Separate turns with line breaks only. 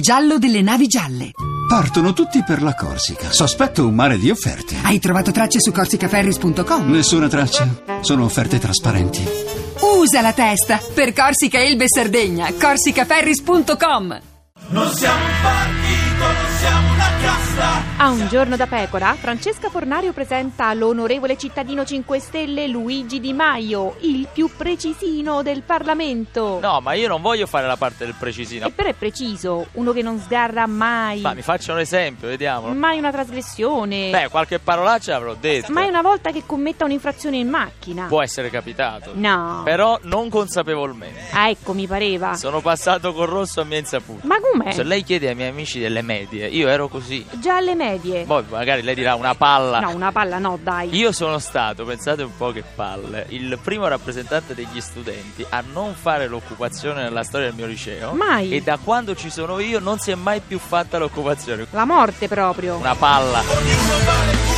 giallo delle navi gialle.
Partono tutti per la Corsica. Sospetto un mare di offerte.
Hai trovato tracce su corsicaferris.com?
Nessuna traccia. Sono offerte trasparenti.
Usa la testa per Corsica Elbe e Sardegna. corsicaferris.com
Non siamo un partito, non siamo una casta.
A un giorno da pecora, Francesca Fornario presenta l'onorevole cittadino 5 Stelle Luigi Di Maio, il più precisino del Parlamento.
No, ma io non voglio fare la parte del precisino.
E però è preciso, uno che non sgarra mai,
Ma mi faccia un esempio, vediamolo.
mai una trasgressione,
Beh, qualche parolaccia l'avrò detto.
mai una volta che commetta un'infrazione in macchina.
Può essere capitato.
No.
Però non consapevolmente.
Ah, ecco, mi pareva.
Sono passato col rosso a mia insaputa.
Ma com'è?
Se lei chiede ai miei amici delle medie, io ero così.
Già alle medie.
Poi magari lei dirà una palla.
Eh. No, una palla no, dai.
Io sono stato, pensate un po' che palle, il primo rappresentante degli studenti a non fare l'occupazione nella storia del mio liceo.
Mai.
E da quando ci sono io non si è mai più fatta l'occupazione.
La morte proprio.
Una palla.
Ognuno vale pure